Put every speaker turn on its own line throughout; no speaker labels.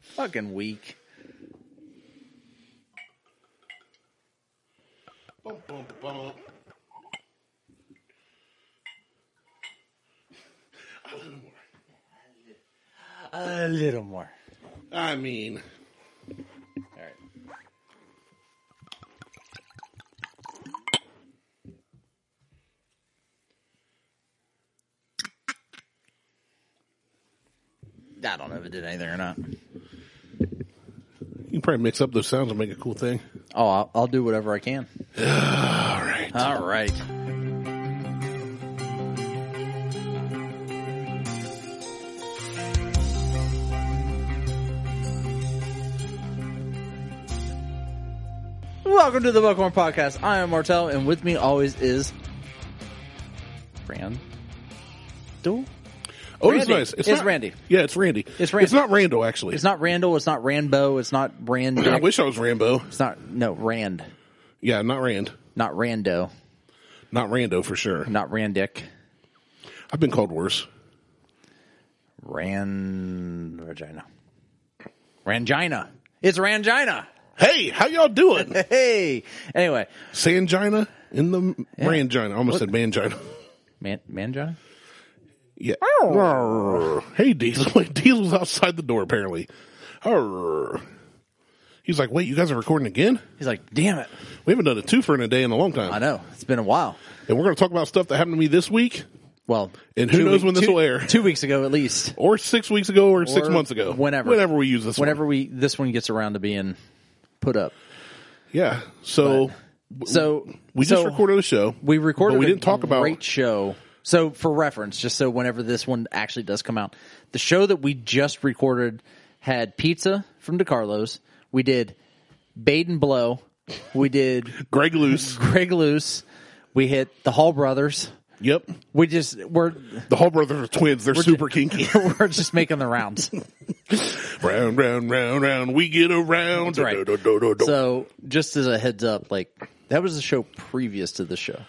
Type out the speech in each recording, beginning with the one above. fucking weak.
Bum, bum, bum, bum. A little more.
A little more.
I mean,
All right. I don't know if it did anything or not.
you can probably mix up those sounds and make a cool thing.
Oh, I'll, I'll do whatever I can.
All right.
All right. Welcome to the Buckhorn Podcast. I am Martel, and with me always is Rand. Duel?
oh, it's
Randy.
nice.
It's
not-
Randy.
Yeah, it's Randy.
It's Randy.
It's not Randall, actually.
It's not Randall. It's not Rambo. It's not Brand.
I wish I was Rambo.
It's not no Rand.
Yeah, not Rand.
Not Rando.
Not Rando for sure.
Not Randick.
I've been called worse.
Rand Regina. Rangina. It's Rangina.
Hey, how y'all doing?
Hey. Anyway,
Sangina in the Rangina. I almost said mangina.
man, Mangina.
Yeah. Arr. Hey, Diesel. Wait, Diesel's outside the door, apparently. Arr. He's like, wait, you guys are recording again?
He's like, damn it.
We haven't done a twofer in a day in a long
I
time.
know. It's been a while.
And we're going to talk about stuff that happened to me this week,
Well,
And who
two
knows when this
two-
will air.
Two weeks ago, at least.
or six weeks ago, or, six
Or
months ago.
whenever.
Whenever we use this one.
Whenever we this one gets around to being put up.
Yeah. So
So
we
so
just recorded a show.
We recorded.
But we
a
didn't talk about-
great show. So for reference, just so whenever this one actually does come out, the show that we just recorded had pizza from DeCarlos. We did Bait and Blow. We did
Greg Luce.
Greg Luce. We hit the Hall Brothers.
Yep.
We just we're
The Hall brothers are twins. They're super kinky.
we're just making the rounds.
round, round, round, round. We get around.
right.
Do, do, do, do, do.
So just as a heads up, like that was the show previous to the show.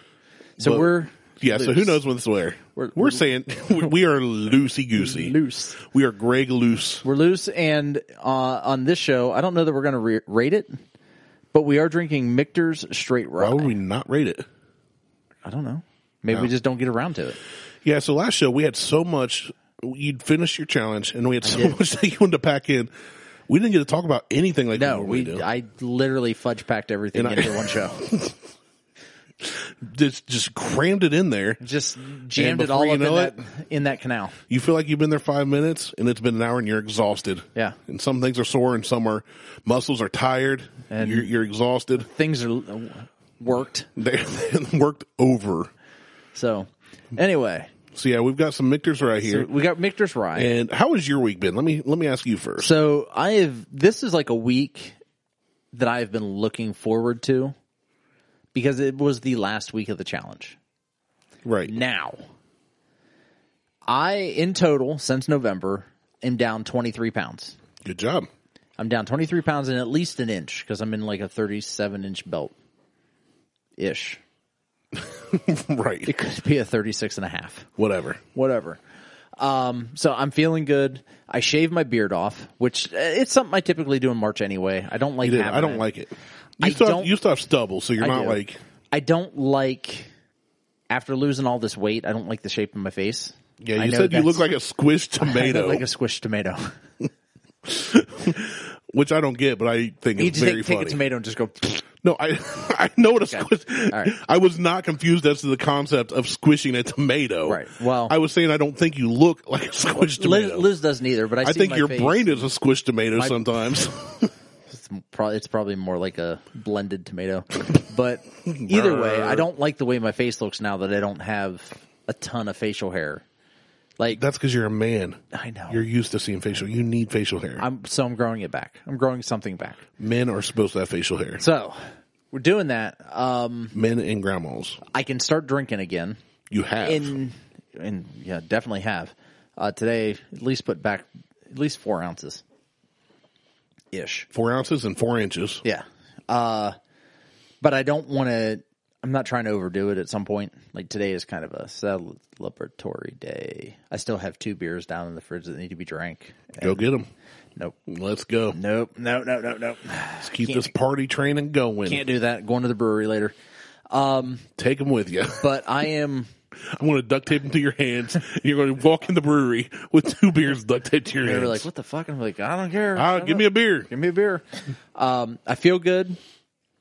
So
But-
we're
yeah. So who
loose.
knows when this will air? We're,
We're-
saying we- we are loosey goosey.
Loose.
We are Greg Loose.
We're loose, and uh, on this show, I don't know that we're going to re- rate it, but we are drinking Michter's Straight Rye.
Why would we not rate it?
I don't know. Maybe we just don't get around to it.
Yeah. So last show we had so much. You'd finish your challenge, and we had so much that you wanted to pack in. We didn't get to talk about anything like
No,
that.
we. I literally fudge packed everything
And I-
into one show.
just just crammed it in there.
Just jammed it
before
all
you
up in
know
that, in that canal.
You feel like you've been there five minutes and it's been an hour and you're exhausted.
Yeah.
And some things are sore and some are muscles are tired and
And-
you're, you're exhausted.
Things are uh, worked.
They they worked over.
So anyway,
So yeah, we've got some mictors right
so
here.
we got Michter's Rye.
and how has your week been? Let me let me ask you first.
So I have this is like a week that I have been looking forward to because it was the last week of the challenge.
Right.
Now, I in total since November am down 23 pounds.
Good job.
I'm down 23 pounds and at least an inch because I'm in like a 37 inch belt ish.
right.
It could be a 36 and a half,
Whatever.
whatever. Um, so I'm feeling good. I shave my beard off, which uh, it's something I typically do in March anyway. I don't like
Dude,
having
I don't
it.
like it.
I
You still, have,
don't-
you still have stubble, so you're
I
not
do.
like
I don't like after losing all this weight. I don't like the shape of my face.
Yeah,
I
you
know
said you look
that's-
like a squished
I
tomato,
look like a squished tomato.
which I don't get, but I think
You
it's
just
very
take,
funny.
take a tomato and just go.
No, I I know what a squish.
All right.
I was not confused as to the concept of squishing a tomato.
Right. Well-
I was saying I don't think you look like a squished
Liz,
tomato.
Liz doesn't either, but I,
I
see
think
my
your
face.
brain is a squished tomato sometimes.
It's probably, it's probably more like a blended tomato. But either way, I don't like the way my face looks now that I don't have a ton of facial hair. Like
That's because you're a man.
I know.
You're used to seeing facial. You need facial hair.
I'm so I'm growing it back. I'm growing something back.
Men are supposed to have facial hair.
So we're doing that. Um,
Men and grandmas.
I can start drinking again.
You have.
in and yeah, definitely have. Uh, today at least put back at least four ounces. Ish.
four ounces and four inches.
Yeah. Uh but I don't wanna I'm not trying to overdo it at some point. Like today is kind of a celebratory day. I still have two beers down in the fridge that need to be drank.
Go get them.
Nope.
Let's go.
Nope. No, no, no, no.
Let's keep this party train going.
Can't do that. Going to the brewery later.
Take them with you.
But I am
I'm going to duct tape them to your hands. and you're going to walk in the brewery with two beers duct taped to your
they
hands.
were like, what the fuck? I'm like, I don't care.
ah,
Shut
give
up.
me a beer.
give me a beer. Um, I feel good.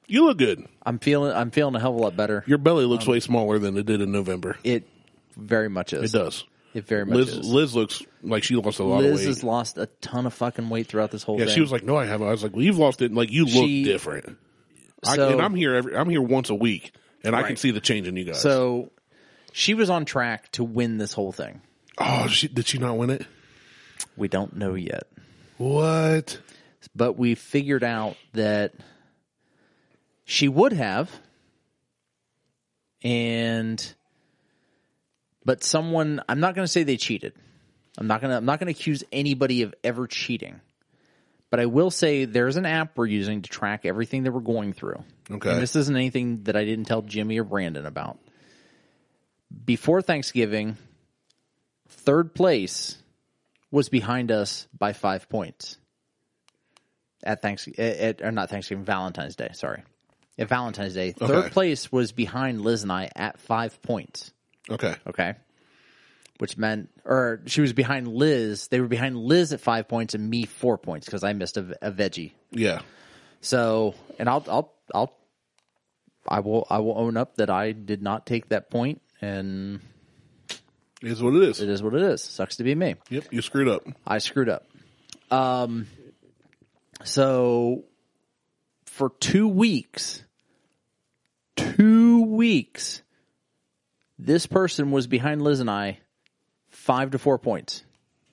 You look good.
I'm feeling I'm feeling a hell of a lot better.
Your belly looks way smaller than it did in November.
Um, It very much
It
is.
does.
It very much
Liz,
is.
Liz looks like she lost a lot
Liz
of weight.
has lost a ton of fucking weight throughout this whole
yeah,
thing.
she was like, "No, I haven't." I was like, "Well, you've lost it. and, Like you look
She-
different." I,
So-
and I'm here every. I'm here once a week, and I can
Right.
see the change in you guys.
so she was on track to win this whole thing.
oh, she, did she not win it?
We don't know yet.
What?
But we figured out that she would have and but someone I'm not going to say they cheated. I'm not going to I'm not going to accuse anybody of ever cheating. But I will say there's an app we're using to track everything that we're going through.
Okay.
And this isn't anything that I didn't tell Jimmy or Brandon about. Before Thanksgiving, third place was behind us by 5 points. At Thanks at, at- or not Thanksgiving, Valentine's Day, sorry. At Valentine's Day, third
Okay.
place was behind Liz and I at 5 points
Okay.
okay? Which meant, or she was behind Liz. They were behind Liz at five points and me four points because I missed a, a veggie.
Yeah.
So, and I'll, I'll, I'll, I will, I will own up that I did not take that point, and
It Is what it is.
it is what it is. Sucks to be me.
Yep. You screwed up.
I screwed up. Um, so for two weeks, two weeks, this person was behind Liz and I five to four points,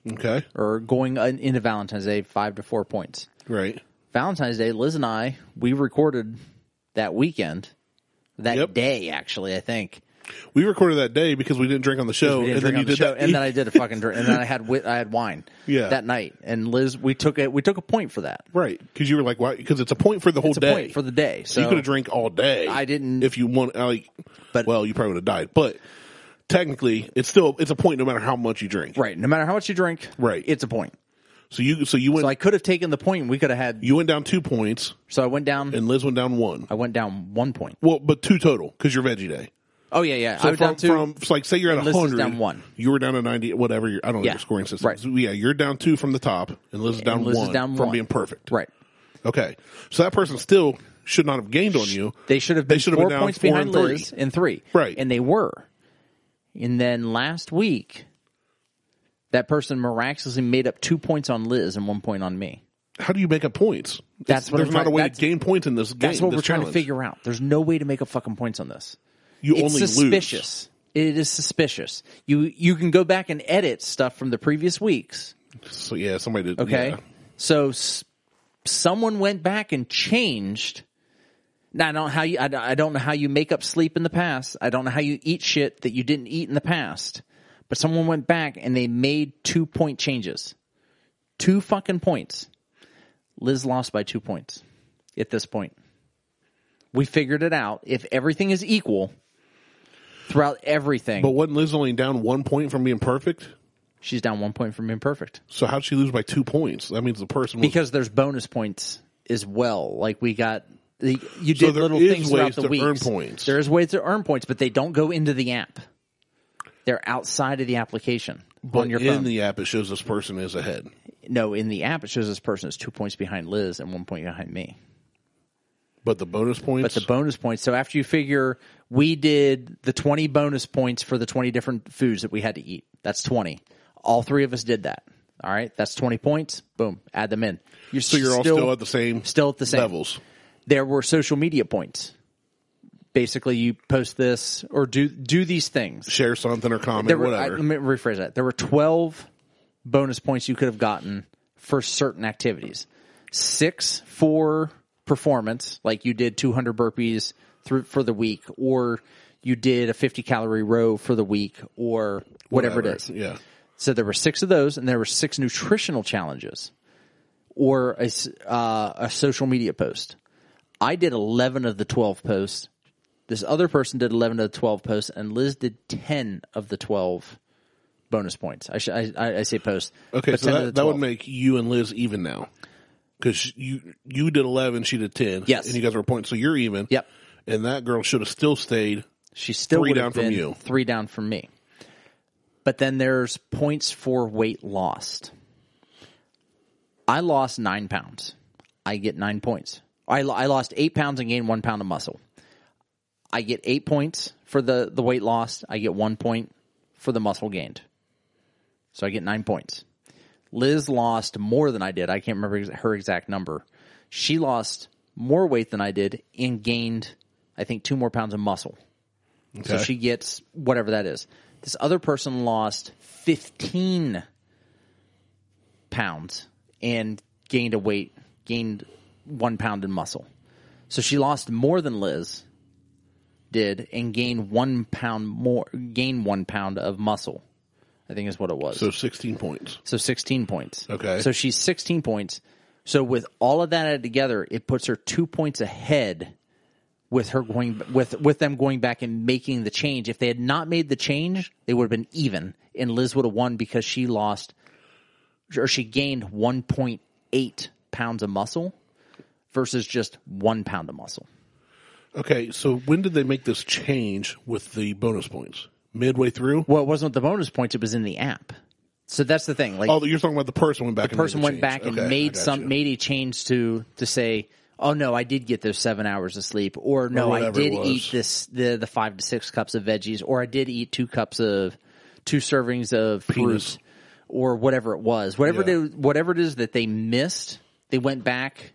Okay.
or going in- into Valentine's Day five to four points.
Right.
Valentine's Day, Liz and I, we recorded that weekend, that
Yep.
day actually, I think.
We recorded that day because we didn't drink on the show,
We didn't
Oh, and
drink
then
on
you
the
did
show,
that. e-
and then I did a fucking drink, and then I had wi- I had wine
Yeah.
that night. And Liz, we took a we took a point for that.
right because you were like, "Why?" Because it's a point for the whole
It's a
day.
point for the day. So
you could have drank all day.
I didn't-
If you want, I like,
But-
well, you probably would have died. But technically, it's still it's a point no matter how much you drink.
right, no matter how much you drink,
Right.
it's a point.
So you so you went
So I could have taken the point. and We could have had.
you went down two points,
So I went down.
and Liz went down one.
I went down one point.
Well, but two total because you're veggie day.
Oh yeah, yeah. I
So
was
from,
down two.
from so like say you're at
Liz is
hundred,
down one.
You were down to ninety, whatever. Your, I don't know
Yeah.
your scoring system.
Right.
So yeah, you're down two from the top, and Liz is down
Liz is
one
down
from
one.
being perfect.
right.
Okay. So that person still should not have gained on you.
They should have
They
been
should have
four
been down
points
four
behind
and three.
Liz in three.
Right.
And they were. And then last week, that person miraculously made up two points on Liz and one point on me.
How do you make up points?
That's what
there's
I'm
not
trying-
a way
that's-
to gain points in this game.
That's what
this
we're trying to
challenge.
figure out. There's no way to make up fucking points on this.
You
it's
only lose.
suspicious. It is suspicious. You you can go back and edit stuff from the previous weeks.
So yeah, somebody did.
Okay,
yeah.
so s- someone went back and changed. Now I don't how you I, don't- I don't know how you make up sleep in the past. I don't know how you eat shit that you didn't eat in the past. But someone went back and they made two point changes, two fucking points. Liz lost by two points. At this point, we figured it out. If everything is equal throughout everything,
But wasn't Liz only down one point from being perfect?
she's down one point from imperfect.
So how'd she lose by two points? That means the person was.
because there's bonus points as well. Like we got the, you
So
did
there
little
is
things throughout
ways
the
to
week.
earn points.
There is ways to earn points, but they don't go into the app. They're outside of the application on your
in
phone.
the app, it shows this person is ahead.
no, in the app it shows this person is two points behind Liz and one point behind me.
But the bonus
But
points.
the bonus points. So after you figure we did the twenty bonus points for the twenty different foods that we had to eat. That's twenty. All three of us did that. All right, that's twenty points. Boom, add them in. You're
so you're all still, at the same
still at the same
levels.
there were social media points. Basically, you post this or do do these things.
Share something or comment,
There were, I,
whatever.
let me rephrase that. There were twelve bonus points you could have gotten for certain activities. Six for performance, like you did 200 burpees through for the week, or you did a 50 calorie row for the week, or whatever, it is.
Yeah.
So there were six of those, and there were six nutritional challenges or a, s- uh, a social media post. I did 11 of the 12 posts. The This other person did 11 of the 12 posts, and Liz did 10 of the 12 bonus points. I, sh- I, I, I say posts.
Okay,
but
so
10 of the
that, that would
12.
make you and Liz even now, because you you did eleven, she did ten.
Yes.
and you guys were a point, so you're even.
Yep.
And that girl should have still stayed.
She still
Three
would
down
have
from
been
you.
three down from me. But then there's points for weight lost. I lost nine pounds. I get nine points. I, lo- I lost eight pounds and gained one pound of muscle. I get eight points for the, the weight lost. I get one point for the muscle gained. So I get nine points. Liz lost more than I did. I can't remember ex- her exact number. She lost more weight than I did and gained, I think, two more pounds of muscle. So
Okay.
she gets whatever that is. This other person lost 15 pounds and gained a weight, gained one pound in muscle. So she lost more than Liz did and gained one pound more, gained one pound of muscle. I think is what it was.
So sixteen points.
So 16 points.
Okay.
So she's 16 points. So with all of that added together, it puts her two points ahead with her going with with them going back and making the change. If they had not made the change, they would have been even, and Liz would have won because she lost or she gained 1.8 pounds of muscle versus just one pound of muscle.
Okay, so when did they make this change with the bonus points? Midway through?
Well, it wasn't the bonus points; it was in the app. So that's the thing. Like
Oh, you're talking about the person went back. and made
person
the
went
change.
back and
Okay, I
made
got
some
you.
made a change to to say, oh no, I did get those seven hours of sleep, or no, I
whatever it
did
was.
eat this the the five to six cups of veggies, or I did eat two cups of two servings of
Penis.
fruit, or whatever it was, whatever
Yeah.
it is, whatever it is that they missed, they went back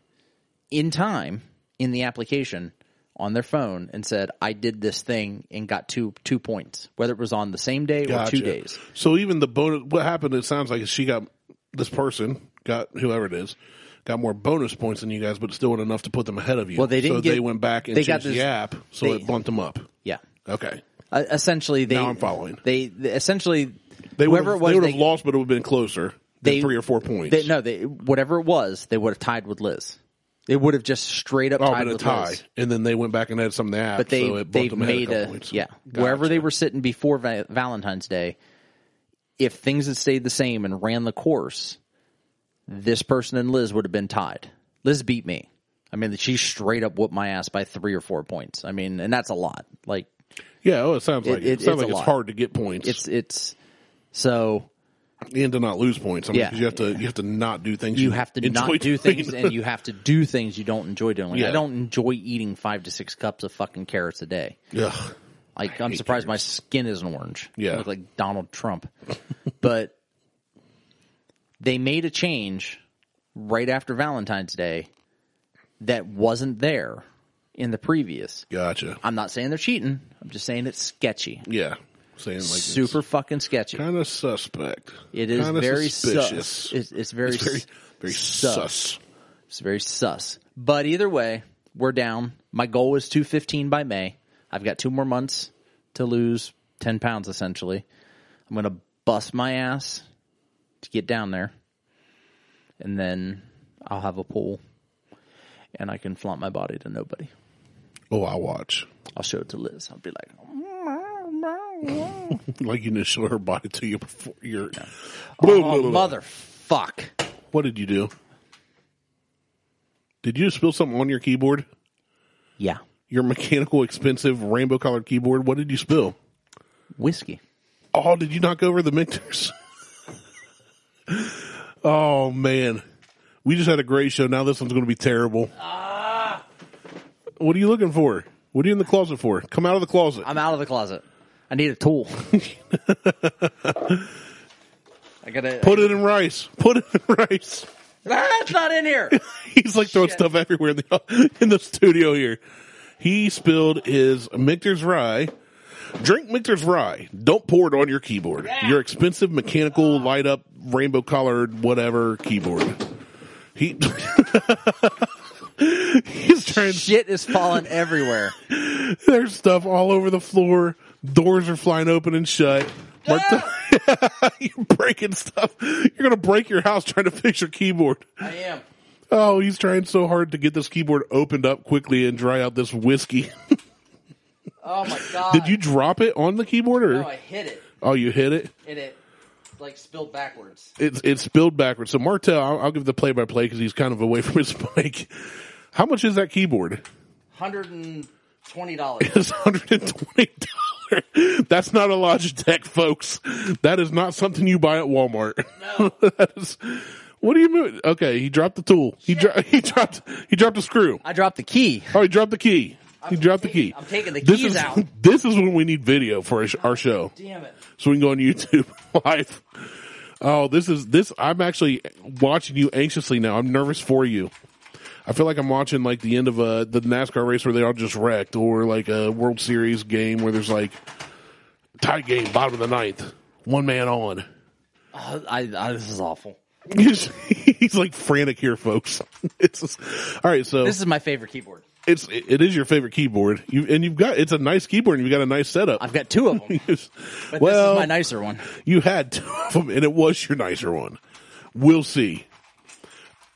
in time in the application on their phone and said, I did this thing and got two two points, whether it was on the same day or two
Gotcha.
days.
So even the bonus, what happened? It sounds like she got this person got whoever it is got more bonus points than you guys, but still not enough to put them ahead of you.
Well, they
so
didn't
they
get-
went back and
they got
changed
this-
the app, so
they-
it bumped them up.
Yeah.
Okay,
Uh, essentially, they
Now I'm following.
They, they- essentially
they would
whoever
have,
it was
they would
they,
have lost, but it would have been closer. than
they-
three or four points.
they- no, they whatever it was, they would have tied with Liz. They would have just straight up
oh,
tied
but a
with
tie,
Liz.
and then they went back and had some in the app,
But they
so it bumped
they
them ahead
made
a,
a,
couple points.
yeah
Gotcha.
wherever they were sitting before Va- Valentine's Day. If things had stayed the same and ran the course, this person and Liz would have been tied. Liz beat me. I mean, she straight up whooped my ass by three or four points. I mean, and that's a lot. Like
Yeah, oh, it sounds like it,
it-
It sounds
it's a
like it's
lot.
hard to get points
it's it's so
and to not lose points. I mean,
Yeah.
'cause you have to you have to not do things.
you have to
enjoy
not do
doing.
things and you have to do things you don't enjoy doing. Like,
Yeah.
I don't enjoy eating five to six cups of fucking carrots a day.
Ugh.
Like I'm surprised my skin isn't orange.
Yeah.
I look like Donald Trump. but they made a change right after Valentine's Day that wasn't there in the previous.
Gotcha.
I'm not saying they're cheating. I'm just saying it's sketchy.
Yeah, saying like
Super fucking sketchy.
kind of suspect.
It is
Kinda
very
suspicious.
sus. It's, it's very
It's very
s-
very
sus.
sus.
It's very sus. But either way, we're down. My goal is 215 by May. I've got two more months to lose 10 pounds essentially. I'm going to bust my ass to get down there. And then I'll have a pool and I can flaunt my body to nobody.
Oh, I watch.
I'll show it to Liz. I'll be like,
Like you didn't show her body to you before your
oh, motherfuck.
What did you do? Did you just spill something on your keyboard?
Yeah.
Your mechanical, expensive, rainbow colored keyboard. What did you spill?
Whiskey.
Oh, did you knock over the mixers? oh man, we just had a great show. Now this one's going to be terrible. What are you looking for? What are you in the closet for? Come out of the closet.
I'm out of the closet. I need a tool. I gotta
Put it in rice. Put it in rice.
Ah, it's not in here.
He's like throwing stuff everywhere in the in the studio here. He spilled his Michter's rye. Drink Michter's rye. Don't pour it on your keyboard. Your expensive mechanical light up rainbow colored whatever keyboard. He He's trying to
Shit is falling everywhere.
there's stuff all over the floor. Doors are flying open and shut. Mart-
Ah.
You're breaking stuff. You're gonna break your house trying to fix your keyboard.
I am.
Oh, he's trying so hard to get this keyboard opened up quickly and dry out this whiskey.
Oh my god!
Did you drop it on the keyboard or?
No, I hit it,
oh, you hit it.
and it like spilled backwards.
It's it's spilled backwards. So Martel, I'll, I'll give the play by play because he's kind of away from his mic. How much is that keyboard?
Hundred and twenty dollars.
It's hundred and twenty dollars. That's not a Logitech, folks. That is not something you buy at Walmart.
No.
That is- what do you mean? Okay, he dropped the tool. He dro- he dropped he dropped a screw.
I dropped the key.
Oh, he dropped the key. He dropped the
taking-
key.
I'm taking the
this
keys
is,
out.
This is when we need video for our sh- our show
Damn it!
so we can go on YouTube live. Oh, this is this. I'm actually watching you anxiously now. I'm nervous for you. I feel like I'm watching like the end of a the NASCAR race where they all just wrecked, or like a World Series game where there's like tie game, bottom of the ninth, one man on.
Oh, I, I this is awful.
He's, he's like frantic here, folks. It's just- all right. So
This is my favorite keyboard.
it's it is your favorite keyboard. You and you've got it's a nice keyboard. and You've got a nice setup.
I've got two of them, but
well,
this is my nicer one.
You had two of them, and it was your nicer one. We'll see.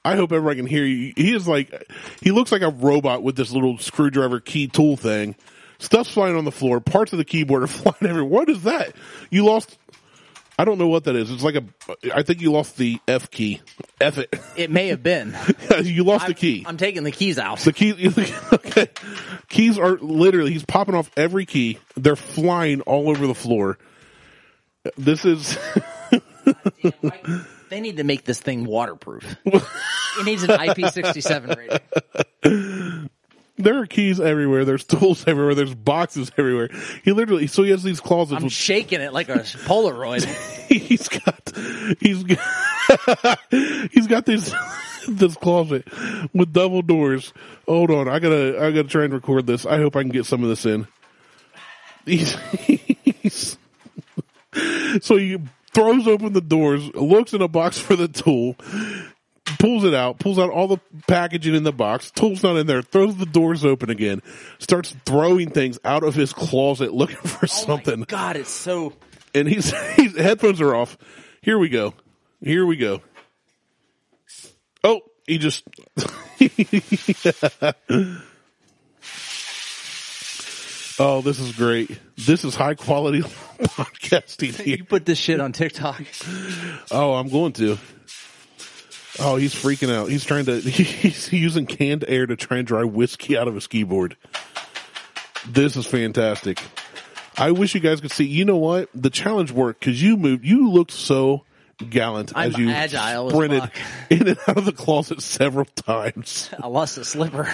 I hope everyone can hear you. He is like, he looks like a robot with this little screwdriver key tool thing. Stuff's flying on the floor. Parts of the keyboard are flying everywhere. What is that? You lost. I don't know what that is. It's like a. I think you lost the F key. F it.
It may have been
you lost the key.
I'm taking the keys out.
The keys, okay. keys are literally, he's popping off every key. They're flying all over the floor. This is,
They need to make this thing waterproof. it needs an IP67 rating.
there are keys everywhere. There's tools everywhere. There's boxes everywhere. He literally, so he has these closets.
I'm
with,
shaking it like a Polaroid.
he's got, he's got, he's got these, this closet with double doors. Hold on. I gotta, I gotta try and record this. I hope I can get some of this in. He's, he's so he throws open the doors, looks in a box for the tool, pulls it out, pulls out all the packaging in the box. Tool's not in there. Throws the doors open again, starts throwing things out of his closet looking for
Oh my
something.
God, it's so.
And he's, he's headphones are off. Here we go. Here we go. Oh, he just. Oh, this is great. This is high quality podcasting here.
You put this shit on TikTok.
Oh, I'm going to. Oh, he's freaking out. He's trying to. He's using canned air to try and dry whiskey out of his keyboard. This is fantastic. I wish you guys could see. You know what? The challenge worked because you moved. You looked so gallant
I'm
as you
agile as
sprinted
fuck.
in and out of the closet several times.
I lost a slipper.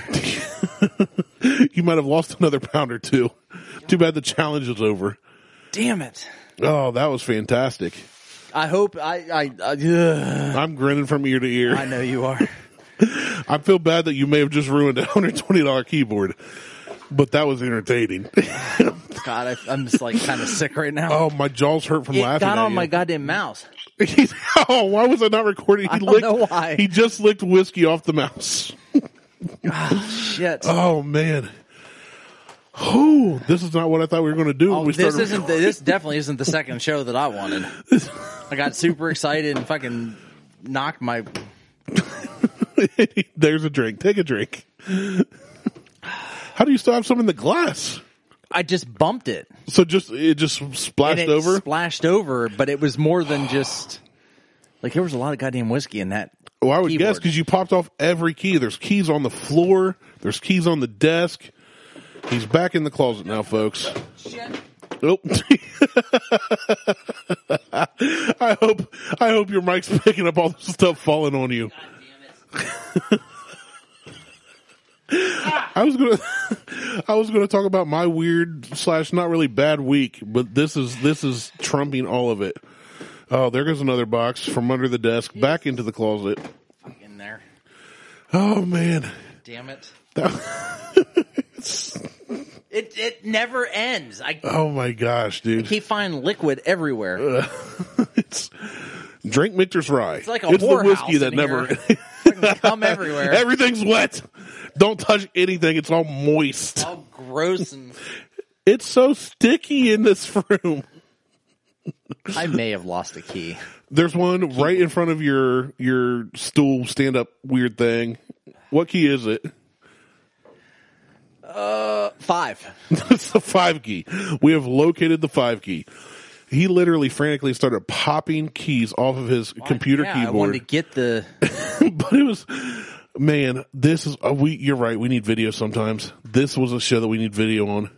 you might have lost another pound or two. Too bad the challenge is over.
Damn it.
Oh, that was fantastic.
I hope I. I, I, ugh.
I'm grinning from ear to ear.
I know you are.
I feel bad that you may have just ruined a hundred twenty dollar keyboard, but that was entertaining.
God, I, I'm just like kind of sick right now.
oh, my jaws hurt from
it
laughing.
got
at
on
you.
my goddamn mouse.
He's- oh, why was I not recording? He
I don't
licked,
know why.
He just licked whiskey off the mouse.
Shit.
Oh man. Oh, this is not what I thought we were going to do. when
Oh,
we
this
started
isn't. The, this definitely isn't the second show that I wanted. I got super excited and fucking knocked my.
recording. There's a drink. Take a drink. How do you still have some in the glass?
I just bumped it.
So just it just splashed
and it
over.
Splashed over, but it was more than just like there was a lot of goddamn whiskey in that.
Well, I would
keyboard.
guess because you popped off every key. There's keys on the floor. There's keys on the desk. He's back in the closet now, folks. Nope. I hope I hope your mic's picking up all the stuff falling on you. I was gonna I was gonna talk about my weird slash not really bad week, but this is this is trumping all of it. Oh, there goes another box from under the desk back into the closet.
in there.
Oh man.
Damn it!
That-
It it never ends. I
oh my gosh, dude.
keep finding liquid everywhere.
It's drink Michter's rye. It's
like a
It's the
whorehouse
whiskey that
in
never
Come everywhere.
Everything's wet. Don't touch anything. It's all moist.
all gross and
It's so sticky in this room.
I may have lost a key.
There's one right in front of your your stool stand up weird thing. What key is it?
Five.
it's the five key. We have located the five key. He literally frantically started popping keys off of his computer
Yeah, I wanted to get
keyboard.
the.
but it was, man, this is, uh, we, you're right. We need video sometimes. This was a show that we need video on.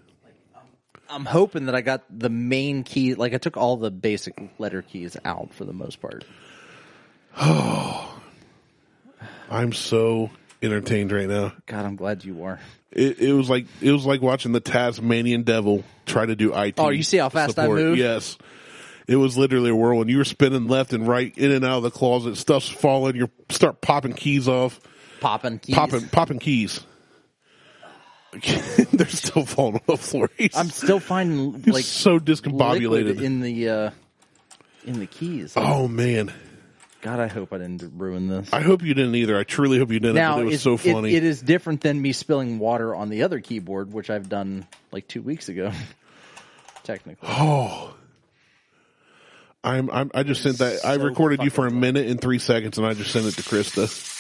I'm hoping that I got the main key. Like I took all the basic letter keys out for the most part.
I'm so entertained right now.
God, I'm glad you are.
It, it was like, it was like watching the Tasmanian devil try to do IT.
Oh, you see how fast I moved?
Yes. It was literally a whirlwind. You were spinning left and right, in and out of the closet. Stuff's falling. You start popping keys off.
Popping keys.
popping popping keys. They're still falling on the floor. He's
I'm still finding
he's
like
so
liquid
discombobulated.
in the uh, in the keys.
oh man,
God, I hope I didn't ruin this.
I hope you didn't either. I truly hope you didn't.
now
but it was
it's-
so
it-
funny.
it is different than me spilling water on the other keyboard, which I've done like two weeks ago. Technically,
I'm, I'm I just sent that. I
so
recorded you
fucking
for a minute and three seconds, and I just sent it to Krista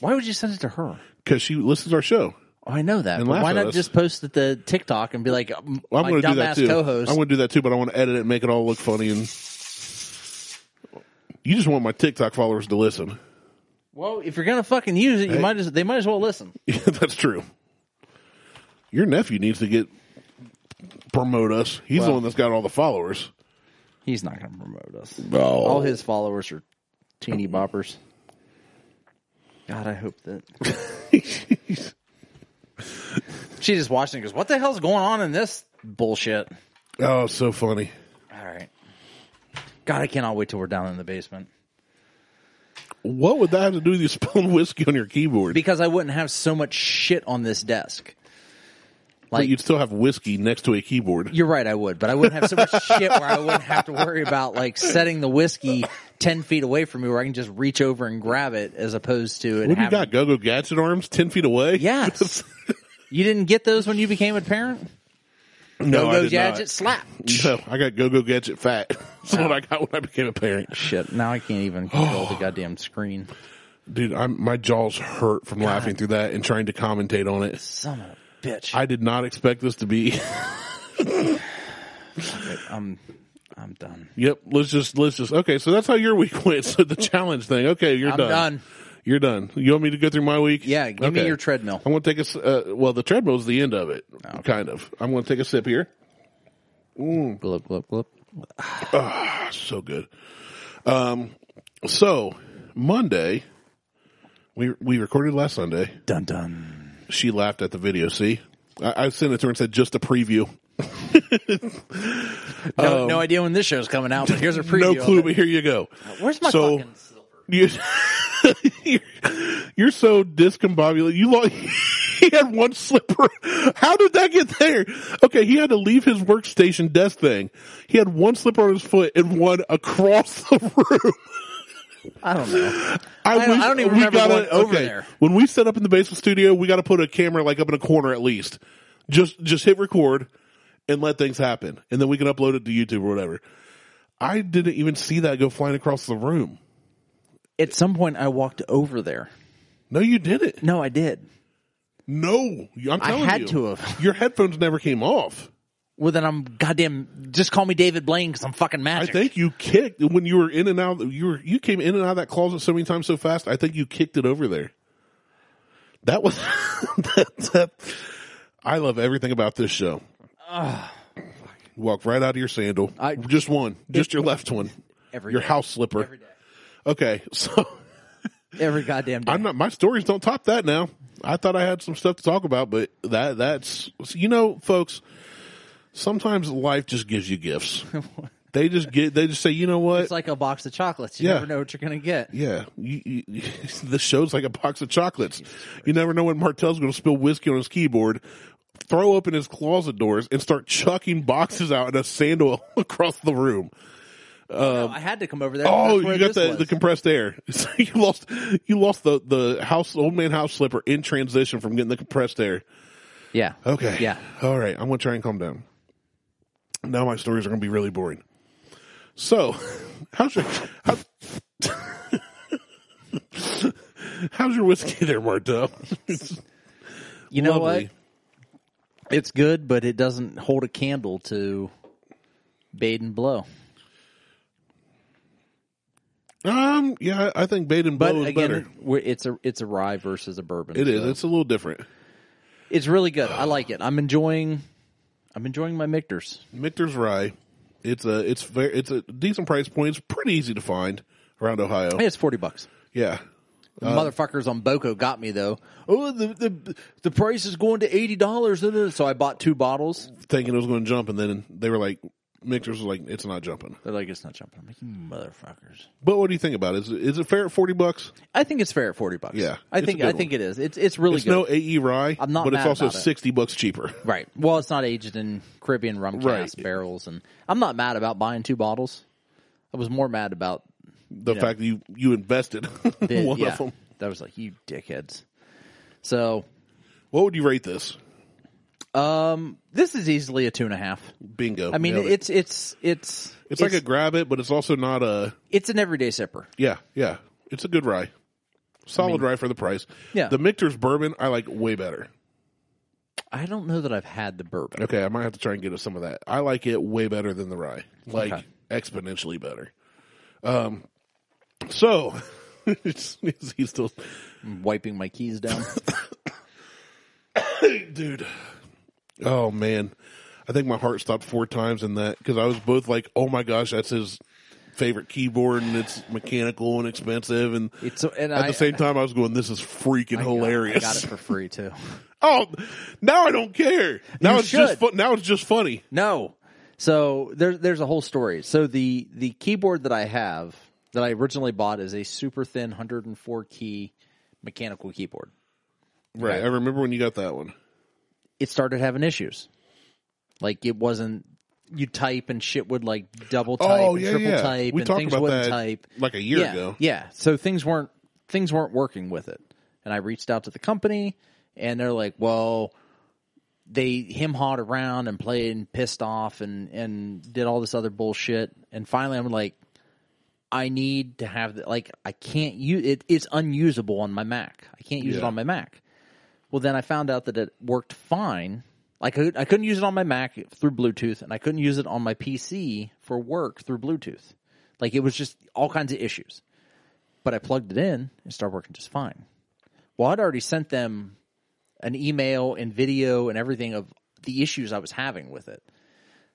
why would you send it to her?
because she listens to our show.
Oh, I know that.
And
but
laugh
why
at
not
us.
just post it to TikTok and be like, um,
Well,
my
I'm going to do that
dumbass
too.
co-host?
I'm going to do that too, but I want to edit it, and make it all look funny, and you just want my TikTok followers to listen.
well, if you're gonna fucking use it, you might as they might as well listen.
Yeah, that's true. Your nephew needs to get promote us. He's the
Well-
one that's got all the followers.
He's not gonna promote us.
Oh,
All his followers are teeny boppers. God, I hope that. she just watched it and goes, What the hell's going on in this bullshit?
oh, it's so funny.
All right. God, I cannot wait till we're down in the basement.
What would that have to do with you spilling whiskey on your keyboard?
Because I wouldn't have so much shit on this desk.
but you'd still have whiskey next to a keyboard.
You're right, I would, but I wouldn't have so much shit where I wouldn't have to worry about like setting the whiskey ten feet away from me, where I can just reach over and grab it, as opposed to it.
What do you
having-
got? Go go gadget arms ten feet away?
Yes. you didn't get those when you became a parent?
No, I
Go
did
gadget slap.
not. No, I got go go gadget fat. That's what I got when I became a parent.
Shit, now I can't even control the goddamn screen.
Dude, I'm my jaws hurt from laughing through that and trying to commentate on it.
Son of a bitch.
I did not expect this to be.
I'm I'm done.
Yep. Let's just let's just okay. So that's how your week went. So the challenge thing. Okay, you're
I'm
done.
done.
You're done. You want me to go through my week?
Yeah, give me your treadmill.
I'm going to take a. s- Uh, well, the treadmill's the end of it, kind of. I'm going to take a sip here.
Blip blip blip.
Ah, so good. Um, so Monday, we we recorded last Sunday.
Dun dun.
She laughed at the video. See, I, I sent it to her and said just a preview.
No, no idea when this show's coming out, but here's a preview.
Oh. No
of
clue,
it.
but here you go.
Where's my
so-
fucking silver?
You, you're, you're so discombobulated. You lost. He had one slipper. How did that get there? Okay, he had to leave his workstation desk thing. He had one slipper on his foot and one across the room.
I don't know.
I,
don't- I don't even remember going over there.
When we set up in the basement studio, we got to put a camera like up in a corner at least. Just just hit record and let things happen, and then we can upload it to YouTube or whatever. I didn't even see that go flying across the room.
At some point, I walked over there.
No, you didn't.
No, I did.
No, I'm telling
had
you.
to have.
Your headphones never came off.
Well, then I'm goddamn. Just call me David Blaine because I'm fucking
I
magic.
think you kicked when you were in and out. You were you came in and out of that closet so many times so fast. I think you kicked it over there. That was that, that- I love everything about this show. Walk right out of your sandal.
I-
just one, just your left one,
Every
your
day.
house slipper.
Every day.
Okay, so
Every goddamn day.
I'm not. My stories don't top that now. I thought I had some stuff to talk about, but that that's you know, folks. Sometimes life just gives you gifts. they just get. They just say, you know what?
it's like a box of chocolates. You
Yeah. Um,
never know what you're gonna get.
yeah, you, you, the show's like a box of chocolates. You never know when Martel's going to spill whiskey on his keyboard, throw open his closet doors, and start chucking boxes out in a sandal across the room.
No, I had to come over there.
Oh,
That's where
you got
this
the,
was.
the compressed air. So you lost you lost the the house old man house slipper in transition from getting the compressed air.
yeah.
Okay.
Yeah.
All right. I'm going to try and calm down. Now my stories are going to be really boring. So, how's your how, how's your whiskey there, Martel?
You know
Lovely.
what? It's good, but it doesn't hold a candle to Baden Blow.
Um, yeah, I think Baden
But
Blow is better.
again, we're- it's a it's a rye versus a bourbon.
It is.
so
It's a little different.
It's really good. I like it. I'm enjoying. I'm enjoying my Mictors.
Michter's Rye. It's a it's very it's a decent price point. It's pretty easy to find around Ohio.
Hey, it's forty bucks.
Yeah.
The
Uh,
motherfuckers on Boco got me though. Oh, the the the price is going to eighty dollars. So I bought two bottles.
Thinking it was going to jump and then they were like Michter's was like it's not jumping.
They're like, it's not jumping. I'm like, you motherfuckers.
But what do you think about it? Is, is it fair at 40 bucks?
I think it's fair at forty bucks.
Yeah,
I
it's a
think
good
I
one.
think it is. It's it's really
It's
good.
no AE rye,
I'm not
but it's
mad
also
about it.
60 bucks cheaper.
Right. Well, it's not aged in Caribbean rum cask
Right.
barrels, and I'm not mad about buying two bottles. I was more mad about
The fact that you you invested
the,
one
yeah,
of them.
That was like you dickheads. So
What would you rate this?
um, this is easily a two and a half.
Bingo.
I mean,
Nailed it.
it's, it's it's
it's like a grab it, but it's also not a
it's an everyday sipper.
Yeah, yeah. It's a good rye. Solid rye for the price.
Yeah.
The Michter's bourbon I like way better.
I don't know that I've had the bourbon.
Okay, I might have to try and get us some of that. I like it way better than the rye. Like
Okay.
exponentially better. Um so it's- it's- he's still
I'm wiping my keys down.
dude. Oh man. I think my heart stopped four times in that because I was both like, "Oh my gosh, that's his favorite keyboard, and it's mechanical and expensive." And
It's and
at
I,
the same time, I was going, "This is freaking
I
hilarious."
got it for free too.
Oh, now I don't care. Now
You
it's just
should.
fu- now it's just funny.
No. So there's there's a whole story. So the the keyboard that I have that I originally bought is a super thin 104 key mechanical keyboard.
Right. I remember when you got that one.
It started having issues. Like it wasn't you type and shit would like double type
Oh,
and
yeah,
triple
yeah.
type
We
and
talked
things
about
wouldn't
that
type
like a year
yeah,
ago.
Yeah. So things weren't things weren't working with it. And I reached out to the company and they're like, Well, they him hawed around and played and pissed off and and did all this other bullshit. And finally I'm like, I need to have the, like I can't use it it's unusable on my Mac. I can't use it
Yeah.
on my Mac. Well, then I found out that it worked fine. Like I could- I couldn't use it on my Mac through Bluetooth, and I couldn't use it on my PC for work through Bluetooth. Like it was just all kinds of issues. But I plugged it in and started working just fine. Well, I'd already sent them an email and video and everything of the issues I was having with it.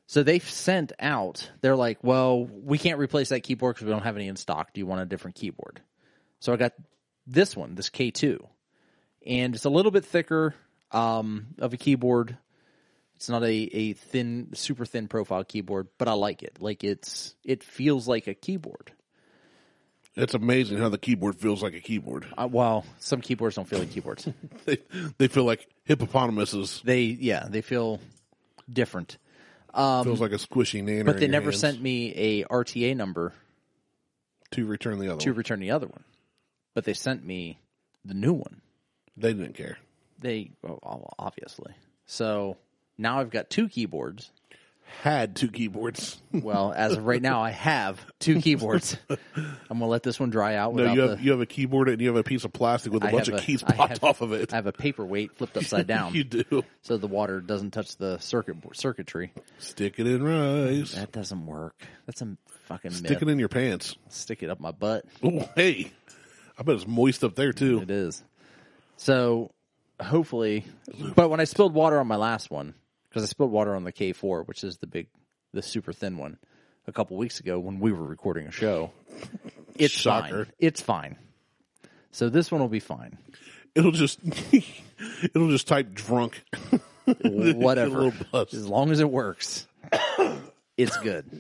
So they sent out. They're like, "Well, we can't replace that keyboard because we don't have any in stock. Do you want a different keyboard?" So I got this one, this K two and it's a little bit thicker um, of a keyboard. It's not a, a thin, super thin profile keyboard, but I like it. Like it's it feels like a keyboard.
It's amazing how the keyboard feels like a keyboard.
Uh, well, some keyboards don't feel like keyboards.
They, they feel like hippopotamuses.
they yeah, they feel different.
feels like a squishy nanner.
Um, But they never sent me a RTA number
to return the other
to
one.
return the other one. But they sent me the new one.
They didn't care.
They well, ob- obviously. So now I've got two keyboards.
Had two keyboards.
Well, as of right now, I have two keyboards. I'm gonna let this one dry out.
No,
Without
you have
the,
you have a keyboard and you have a piece of plastic with a
I
bunch
have
of
a-
keys
I
popped
have-
off of it.
I have a paperweight flipped upside down,
you do.
so the water doesn't touch the circuit circuitry.
Stick it in rice.
That doesn't work. That's a fucking
Stick it
myth.
in your pants.
Stick it up my butt.
Ooh, hey, I bet it's moist up there too.
It is. So hopefully, but when I spilled water on my last one, because I spilled water on the K4, which is the big, the super thin one, a couple weeks ago when we were recording a show, it's
Shocker.
fine. It's fine. So this one will be fine.
It'll just it'll just type drunk.
Whatever,
little buzz.
as long as it works, it's good.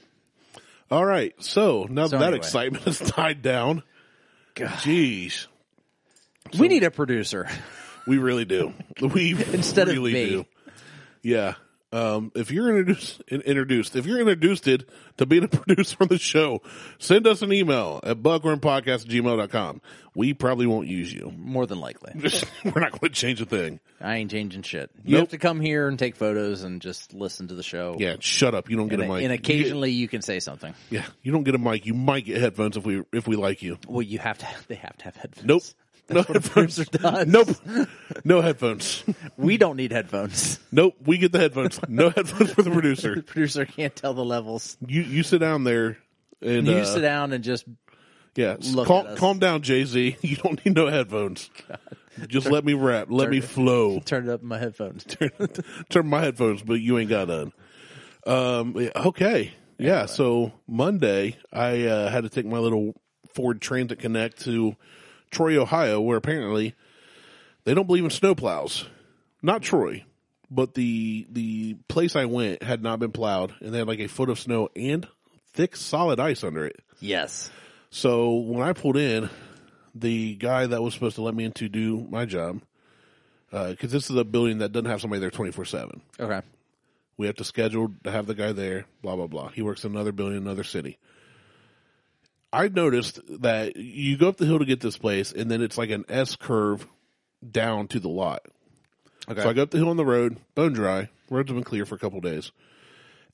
All right. So now that
So anyway.
excitement has died down, jeez,
we need a producer.
we really do. We
Instead of
really
me.
do. Yeah. Um, if you're introduced, in- introduced, if you're introduced it to being a producer on the show, send us an email at buckhornpodcast@gmail.com. We probably won't use you.
More than likely.
We're not going to change a thing.
I ain't changing shit. You
Nope.
have to come here and take photos and just listen to the show.
Yeah. Shut up. You don't get
And,
a mic.
and
You get-
occasionally you can say something.
Yeah, you don't get a mic. You might get headphones if we if we like you.
Well, you have to. They have to have headphones.
Nope, No
producer
headphones.
does.
Nope. No headphones.
We don't need headphones.
Nope. We get the headphones. No headphones for the producer.
Producer can't tell the levels.
You you sit down there and
You
uh,
sit down and just
yeah.
look
Calm,
at us.
calm down, Jay Z. You don't need no headphones. Just let me rap. Let me flow.
turn it up in my headphones.
Turn my headphones, but you ain't got none. Um. yeah, Okay. Yeah. So Monday, I uh, had to take my little Ford Transit Connect to Troy, Ohio, where apparently they don't believe in snowplows. Not Troy, but the the place I went had not been plowed, and they had like a foot of snow and thick solid ice under it.
Yes.
So when I pulled in, the guy that was supposed to let me in to do my job, because this is a building that doesn't have somebody there twenty four seven.
Okay.
We have to schedule to have the guy there, blah, blah, blah. He works in another building, another city. I noticed that you go up the hill to get this place, and then it's like an S curve down to the lot.
Okay.
So I go up the hill on the road, bone dry. Roads have been clear for a couple days.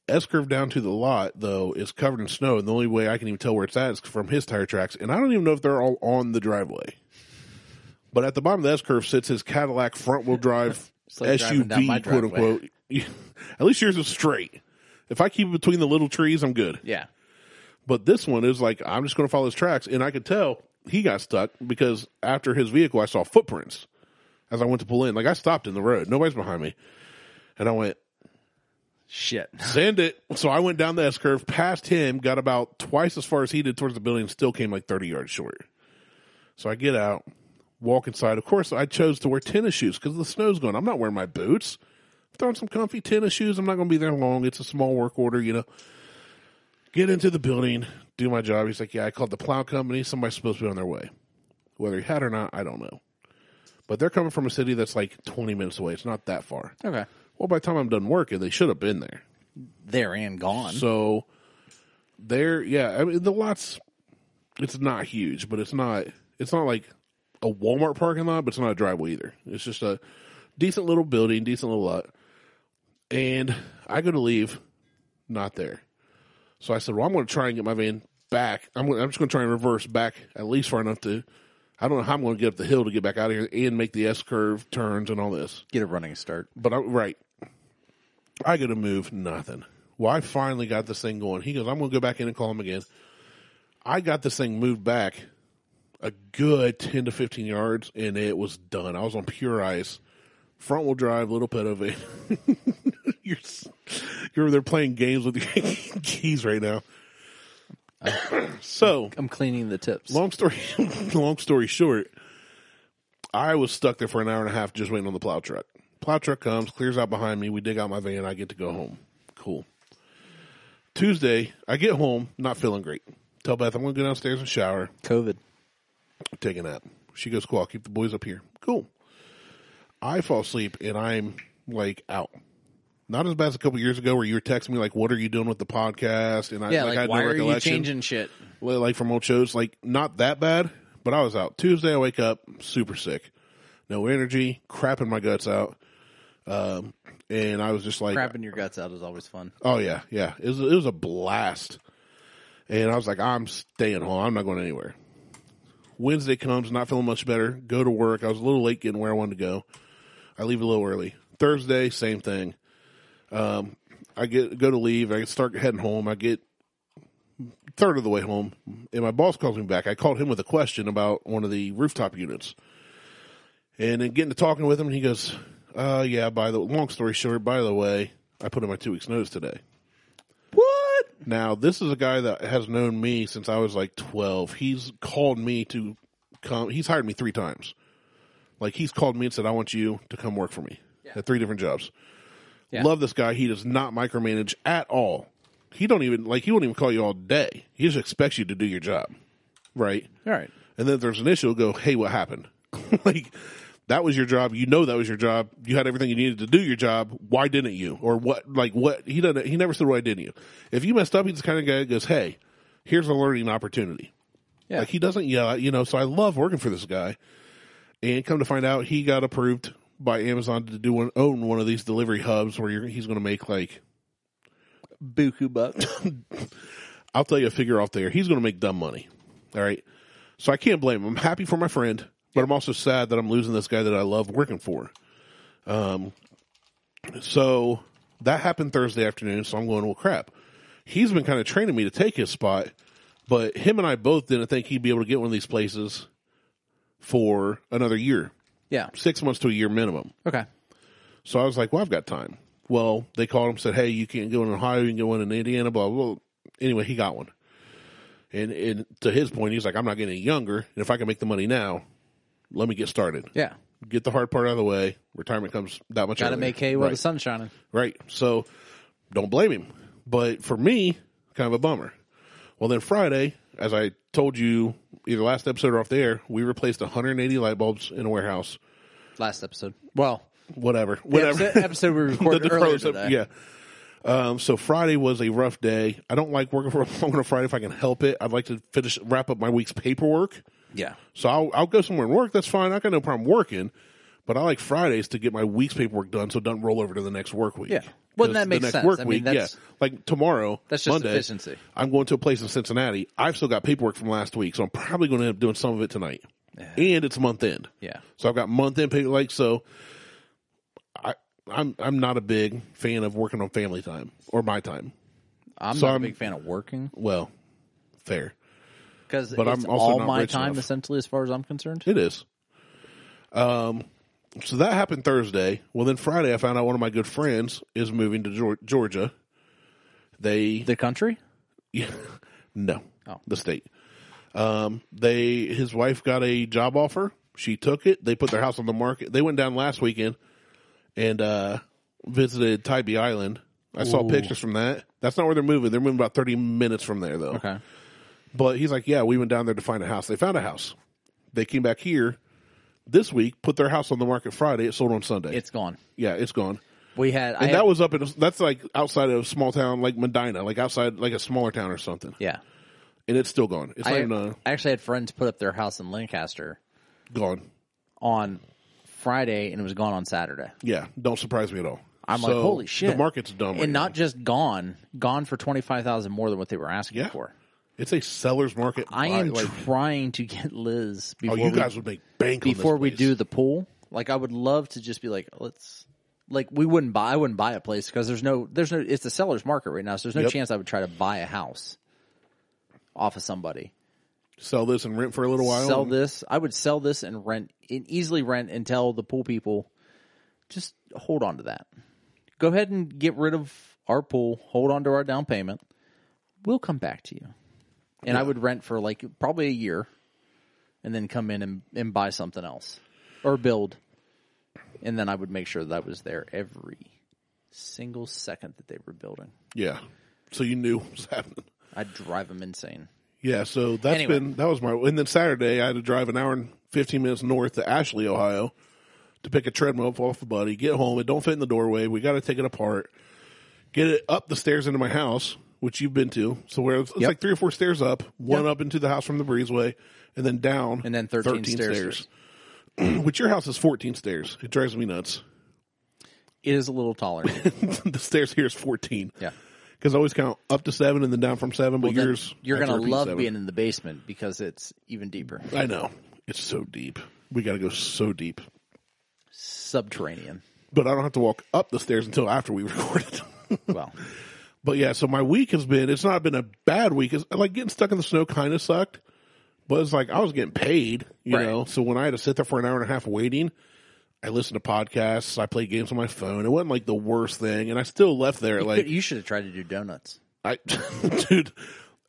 S curve down to the lot, though, is covered in snow, and the only way I can even tell where it's at is from his tire tracks, and I don't even know if they're all on the driveway. But at the bottom of the S curve sits his Cadillac front wheel drive
like driving down my
SUV, quote unquote. at least yours is straight. If I keep it between the little trees, I'm good.
yeah.
But this one is like, I'm just going to follow his tracks. And I could tell he got stuck because after his vehicle, I saw footprints as I went to pull in. Like I stopped in the road. Nobody's behind me. And I went,
Shit.
send it. So I went down the S curve, past him, got about twice as far as he did towards the building, still came like 30 yards short. So I get out, walk inside. Of course, I chose to wear tennis shoes because the snow's going. I'm not wearing my boots. I'm throwing some comfy tennis shoes. I'm not going to be there long. It's a small work order, you know. Get into the building, do my job. He's like, Yeah, I called the plow company. Somebody's supposed to be on their way. Whether he had or not, I don't know. But they're coming from a city that's like 20 minutes away. It's not that far.
Okay.
Well, by the time I'm done working, they should have been there.
There and gone.
So there, yeah, I mean the lots. It's not huge, but it's not. It's not like a Walmart parking lot, but it's not a driveway either. It's just a decent little building, decent little lot. And I go to leave, not there. So I said, "Well, I'm going to try and get my van back. I'm going. I'm just going to try and reverse back at least far enough to. I don't know how I'm going to get up the hill to get back out of here and make the S curve turns and all this."
Get a running start.
But I right. I gotta move nothing. Well, I finally got this thing going. He goes, I'm gonna go back in and call him again. I got this thing moved back a good ten to fifteen yards and it was done. I was on pure ice. Front wheel drive, little pedo van. you're s- you're over there playing games with your keys right now. so
I'm cleaning the tips.
long story long story short i was stuck there for an hour and a half just waiting on the plow truck plow truck comes clears out behind me we dig out my van i get to go home cool tuesday i get home not feeling great tell beth i'm gonna go downstairs and shower
COVID.
take a nap she goes cool i'll keep the boys up here cool i fall asleep and i'm like out not as bad as a couple years ago where you were texting me like what are you doing with the podcast and i
Yeah,
I
like,
had
why
no
are you
recollection
changing shit?
li- like from old shows, like not that bad, but I was out. Tuesday, I wake up super sick, no energy, crapping my guts out. Um, and I was just like,
Crapping your guts out is always fun.
oh yeah, yeah, it was, it was a blast. And I was like, I'm staying home. I'm not going anywhere. Wednesday comes, not feeling much better. Go to work. I was a little late getting where I wanted to go. I leave a little early. Thursday, same thing. Um, I get go to leave. I start heading home. I get third of the way home, and my boss calls me back. I called him with a question about one of the rooftop units, and then getting to talking with him, and he goes, "Uh, yeah. By the long story short, by the way, I put in my two weeks notice today."
What?
Now, this is a guy that has known me since I was like 12. He's called me to come. He's hired me three times. Like, he's called me and said, I want you to come work for me at three different jobs.
Yeah.
Love this guy. He does not micromanage at all. He don't even, like, he won't even call you all day. He just expects you to do your job. Right.
All right.
And then if there's an issue, he'll go, hey, what happened? like, that was your job. You know that was your job. You had everything you needed to do your job. Why didn't you? Or what, like, what? He doesn't, he never said, why didn't you? If you messed up, he's the kind of guy that goes, hey, here's a learning opportunity.
Yeah.
Like, he doesn't yell at, you know, so I love working for this guy. And come to find out, he got approved by Amazon to do one, own one of these delivery hubs where you're, he's going to make like,
Buku buck.
I'll tell you a figure off there. He's going to make dumb money. All right. So I can't blame him. I'm happy for my friend, But I'm also sad that I'm losing this guy that I love working for. Um, so that happened Thursday afternoon. So I'm going, well, crap. He's been kind of training me to take his spot, but him and I both didn't think he'd be able to get one of these places for another year,
Yeah.
six months to a year minimum.
Okay.
So I was like, well, I've got time. Well, they called him, said, hey, you can't go in Ohio, you can go in in Indiana, blah, blah, blah. Anyway, he got one. And, and to his point, he's like, I'm not getting any younger. And if I can make the money now, let me get started.
Yeah.
Get the hard part out of the way. Retirement comes that much
Got to
earlier.
make hay while
Right.
the sun's shining.
Right. So don't blame him. But for me, kind of a bummer. Well, then Friday, as I told you either last episode or off the air, we replaced 180 light bulbs in a warehouse.
Last episode. Well,
Whatever.
the
Whatever.
episode, episode we recorded
The- the
earlier
pros of-
today.
Yeah. Um, so Friday was a rough day. I don't like working for long on a Friday if I can help it. I'd like to finish wrap up my week's paperwork.
Yeah.
So I'll I'll go somewhere and work. That's fine. I got no problem working. But I like Fridays to get my week's paperwork done, so it doesn't roll over to the next work week.
Yeah. Well,
Because
that
the
makes
next
sense.
Work
I mean,
week,
that's-
yeah. Like tomorrow,
That's just
Monday,
efficiency.
I'm going to a place in Cincinnati. I've still got paperwork from last week, so I'm probably going to end up doing some of it tonight. And it's month end.
Yeah.
So I've got month end pay like so I I'm I'm not a big fan of working on family time or my time.
I'm
So
not
I'm-
a big fan of working
Well, fair.
because it's
But I'm also
all
not
my
rich
time
enough.
essentially, as far as I'm concerned.
It is. Um so that happened Thursday. Well then Friday I found out one of my good friends is moving to Geor- Georgia. They
The country.
Yeah. No.
Oh.
The state. Um, they his wife got a job offer. She took it. They put their house on the market. They went down last weekend and uh, visited Tybee Island. I saw pictures from that. That's not where they're moving. They're moving about thirty minutes from there though.
Okay.
But he's like, Yeah, we went down there to find a house. They found a house. They came back here this week, put their house on the market Friday, it sold on Sunday.
It's gone.
yeah, it's gone.
We had. I
And
had-
that was up in a, that's like outside of a small town like Medina, like outside like a smaller town or something
yeah.
and it's still gone. It's
I,
not even uh,
I actually had friends put up their house in Lancaster
gone.
on Friday and it was gone on Saturday.
Yeah, don't surprise me at all.
I'm
So,
like, holy shit!
The market's dumb,
and
right
not just gone, gone for twenty five thousand more than what they were asking
Yeah.
for.
now. It's a seller's market.
I
buy,
am
like,
trying to get Liz
oh,
before
you
we,
guys would make bank on this
before we
place.
do the pool. Like I would love to just be like, let's like we wouldn't buy I wouldn't buy a place because there's no there's no it's a seller's market right now, so there's no
Yep.
chance I would try to buy a house off of somebody.
sell this and rent for a little while.
Sell
and-
this. I would sell this and rent and easily rent and tell the pool people just hold on to that. Go ahead and get rid of our pool, hold on to our down payment. We'll come back to you. And I would rent for like probably a year and then come in and, and buy something else or build. And then I would make sure that I was there every single second that they were building.
Yeah. So you knew what was happening.
I'd drive them insane.
Yeah. So that's
Anyway.
been that was my and then Saturday I had to drive an hour and fifteen minutes north to Ashley, Ohio, to pick a treadmill up off a buddy. Get home. It don't fit in the doorway. We got to take it apart. Get it up the stairs into my house, which you've been to. So where it's, it's
Yep.
like three or four stairs up, one
Yep.
up into the house from the breezeway, and then down,
And then 13 stairs.
which your house is fourteen stairs. It drives me nuts.
It is a little taller.
the stairs here is fourteen.
Yeah.
Because I always count up to seven and then down from seven, but
Then
yours
you're
at
going to
13,
love
seven.
being in the basement because it's even deeper.
I know. It's so deep. We got to go so deep.
Subterranean.
But I don't have to walk up the stairs until after we record it.
Well,
but yeah, so my week has been, it's not been a bad week. It's like getting stuck in the snow kind of sucked, but it's like I was getting paid, you
Right.
know? So when I had to sit there for an hour and a half waiting, I listened to podcasts, I played games on my phone. It wasn't like the worst thing. And I still left there like,
you should have tried to do donuts.
I, dude,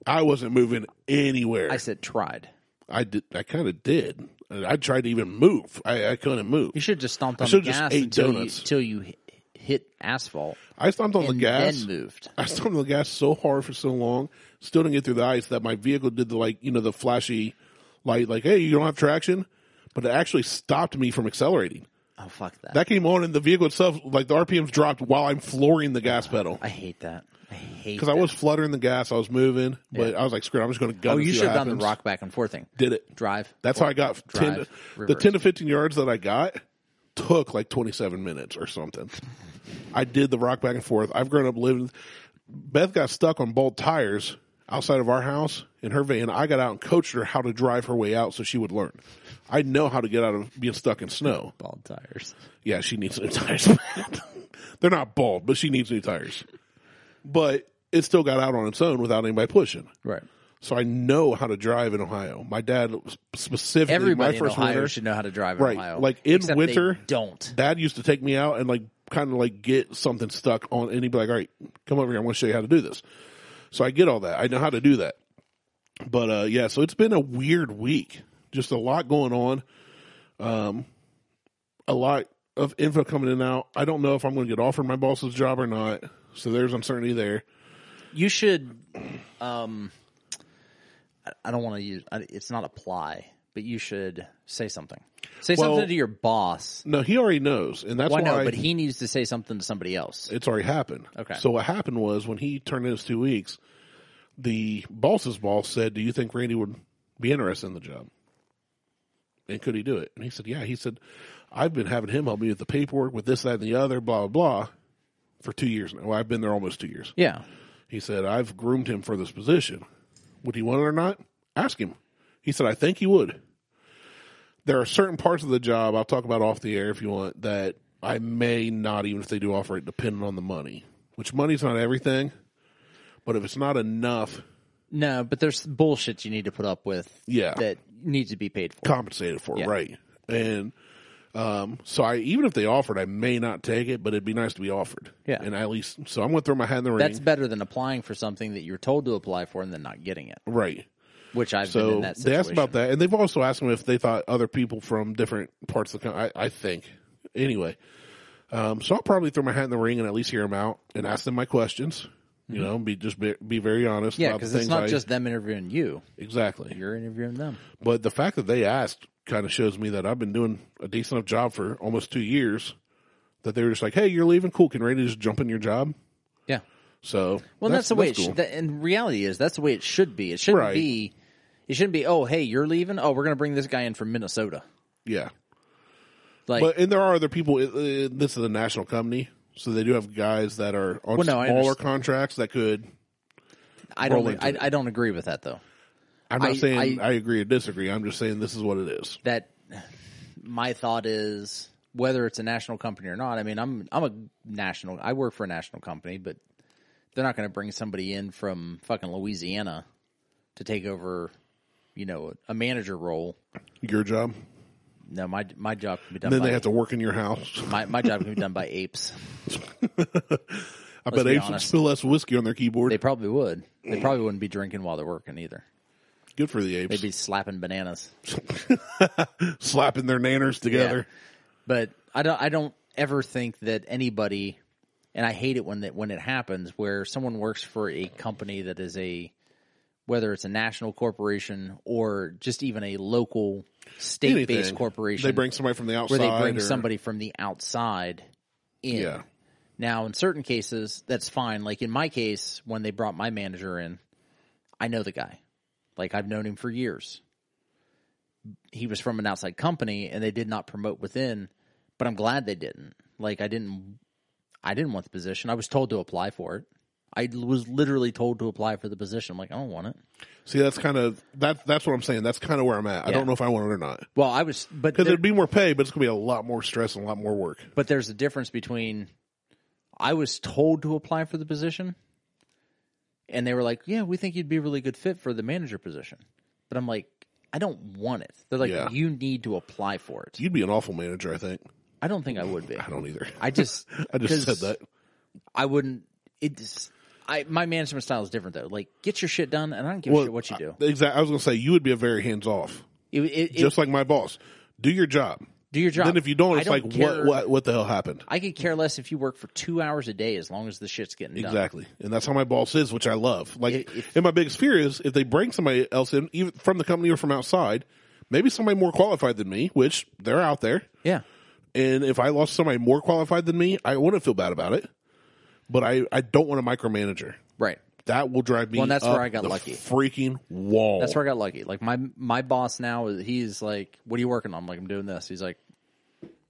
I wasn't moving anywhere.
I said tried.
I did. I kind of did. I I tried to even move. I, I couldn't move.
You should have just stomped on the
should've just
gas
ate
until
donuts.
you until you hi- hit asphalt
I stomped on the
and
gas.
then moved.
I stomped on the gas so hard for so long, still didn't get through the ice that my vehicle did the like you know the flashy light like hey you don't have traction, but it actually stopped me from accelerating.
Oh fuck that!
That came on and the vehicle itself like the RPMs dropped while I'm flooring the gas pedal
I hate that. I hate.
because I was fluttering the gas. I was moving, but I was like screw it, I'm just going to go.
oh, you should have done the rock back and forth thing.
Did it.
Drive.
That's how I got ten.
drive,
the
reverse.
ten to fifteen yards that I got took like twenty seven minutes or something. I did the rock back and forth. I've grown up living. Beth got stuck on bald tires outside of our house in her van. I got out and coached her how to drive her way out so she would learn. I know how to get out of being stuck in snow.
Bald tires.
Yeah, she needs new tires. They're not bald, but she needs new tires. But it still got out on its own without anybody pushing.
Right.
So I know how to drive in Ohio. My dad specifically,
Everybody in
my first
Ohio
winter,
should know how to drive in
Right.
Ohio.
Like, in
Except they
winter-
don't.
dad used to take me out and like kind of like get something stuck on and he'd be like all right come over here i want to show you how to do this so i get all that i know how to do that but uh yeah so it's been a weird week just a lot going on um a lot of info coming in and out i don't know if i'm going to get offered my boss's job or not so there's uncertainty there
You should. Um, I- I don't want to use. I- It's not apply, but you should say something. Say
Well-
something to your boss.
no he already knows and that's
Why
why
no? But he needs to say something to somebody else.
it's already happened.
Okay.
So what happened was when he turned in his two weeks, the boss's boss said, "Do you think Randy would be interested in the job? And could he do it?" And he said, "Yeah." He said, "I've been having him help me with the paperwork, with this, that, and the other, blah blah blah, for two years now. Well, I've been there almost two years."
Yeah.
He said, "I've groomed him for this position. Would he want it or not? Ask him." He said, "I think he would." There are certain parts of the job I'll talk about off the air if you want that I may not even if they do offer it, depending on the money. Which money's not everything, but if it's not enough,
No, but there's bullshit you need to put up with.
Yeah.
That needs to be paid for.
compensated for, right? And um, so I even if they offered, I may not take it, but it'd be nice to be offered.
Yeah.
and I at least so I'm gonna throw my hat in the ring.
That's better than applying for something that you're told to apply for and then not getting it,
right.
which I've been
So
in that situation.
they asked about that, and they've also asked them if they thought other people from different parts of the country. I, I think, anyway. Um, so I'll probably throw my hat in the ring and at least hear them out and ask them my questions. You know, be just be, be very honest.
Mm-hmm. Yeah,
about the
because it's
things
not
I-
just them interviewing you.
exactly.
You're interviewing them.
But the fact that they asked kind of shows me that I've been doing a decent enough job for almost two years. That they were just like, "Hey, you're leaving. Cool. Can Randy just jump in your job?"
Yeah.
So
Well, that's, the way. It
cool.
sh- that, and reality is that's the way it should be. It shouldn't
Right.
be. It shouldn't be. Oh, hey, you're leaving. Oh, we're gonna bring this guy in from Minnesota.
yeah.
Like,
But and there are other people. uh, uh, This is a national company, so they do have guys that are on
Well, no, I
smaller
understand.
contracts that could.
I don't.
roll
think-
into
I,
it.
I don't agree with that though.
I'm not
I-
saying
I-
I, agree or disagree. I'm just saying this is what it is.
That my thought is whether it's a national company or not. I mean, I'm I'm a national. I work for a national company, but they're not gonna bring somebody in from fucking Louisiana to take over. You know, a manager role.
Your job.
No, my my job can be done.
Then
by
they have to work in your house.
my my job can be done by apes.
I bet
be
apes would
honest.
spill less whiskey on their keyboard.
They probably would.
Mm.
They probably wouldn't be drinking while they're working either.
Good for the apes.
They'd be slapping bananas.
Slapping their nanners together.
But I don't. I don't ever think that anybody. And I hate it when that when it happens where someone works for a company that is a whether it's a national corporation or just even a local state
Anything.
based corporation
They bring somebody from the outside.
where they bring
or-
somebody from the outside in.
Yeah.
Now, in certain cases, that's fine. Like in my case, when they brought my manager in, I know the guy. Like I've known him for years. He was from an outside company and they did not promote within, but I'm glad they didn't. Like I didn't I didn't want the position. I was told to apply for it. I was literally told to apply for the position. I'm like, I don't want it.
See, that's kind of that. That's what I'm saying. That's kind of where I'm at. I
Yeah.
don't know if I want it or not
Well, I was but
because
there-
it'd be more pay, but it's gonna be a lot more stress and a lot more work.
But there's a difference between I was told to apply for the position and they were like, "Yeah, we think you'd be a really good fit for the manager position." But I'm like, "I don't want it." They're like,
Yeah.
"You need to apply for it."
You'd be an awful manager, I think.
I don't think I would be.
I don't either.
I just
I just
'cause
said that.
I wouldn't it's I my management style is different though. Like get your shit done and I don't give a shit what you do.
Exactly. I was gonna say you would be a very hands off,
It- it- it-
just like my boss. Do your job.
do your job.
Then if you don't,
I
it's like
care.
what what what the hell happened?
I could care less if you work for 2 hours a day as long as the shit's getting done.
Exactly, and that's how my boss is, which I love. Like,
If- if-
and my biggest fear is if they bring somebody else in, even from the company or from outside, maybe somebody more qualified than me, which they're out there.
Yeah.
And if I lost somebody more qualified than me, I wouldn't feel bad about it. But I, I don't want a micromanager.
Right.
That will drive me.
Well, and that's
up
where I got
the
lucky.
Freaking wall.
That's where I got lucky. Like my my boss now, is- he's like, "What are you working on?" I'm like, "I'm doing this." He's like,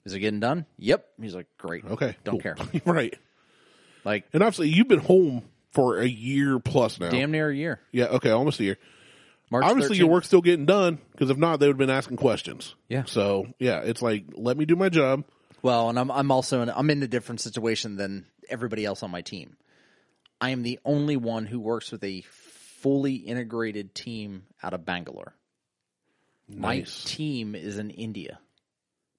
"Is it getting done?" Yep. He's like, "Great."
Okay.
Don't care.
right.
Like
And obviously, you've been home for a year plus now.
Damn near a year.
Yeah, okay, almost a year.
March
Obviously,
13th.
your work's still getting done because if not, they would have been asking questions.
Yeah.
So yeah, it's like let me do my job.
Well, and I'm I'm also in, I'm in a different situation than everybody else on my team. I am the only one who works with a fully integrated team out of Bangalore. My
Nice.
team is in India.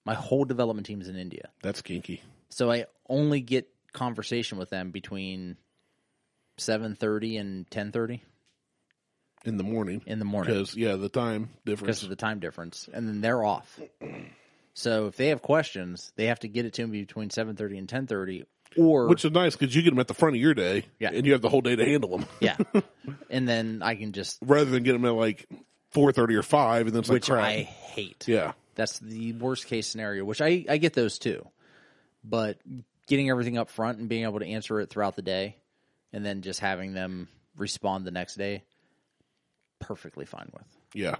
My whole development team is in India.
That's kinky.
So I only get conversation with them between 7:30 and 10:30
In the morning.
in the morning.
Because yeah, the time
because
difference.
of the time difference, and then they're off. So if they have questions, they have to get it to me between seven thirty and ten thirty, or
Which is nice because you get them at the front of your day,
Yeah.
and you have the whole day to handle them,
yeah, and then I can just
rather than get them at like four thirty or five, and then it's
which
like crap.
I hate.
Yeah,
That's the worst case scenario. Which I I get those too, but getting everything up front and being able to answer it throughout the day, and then just having them respond the next day, perfectly fine with.
yeah,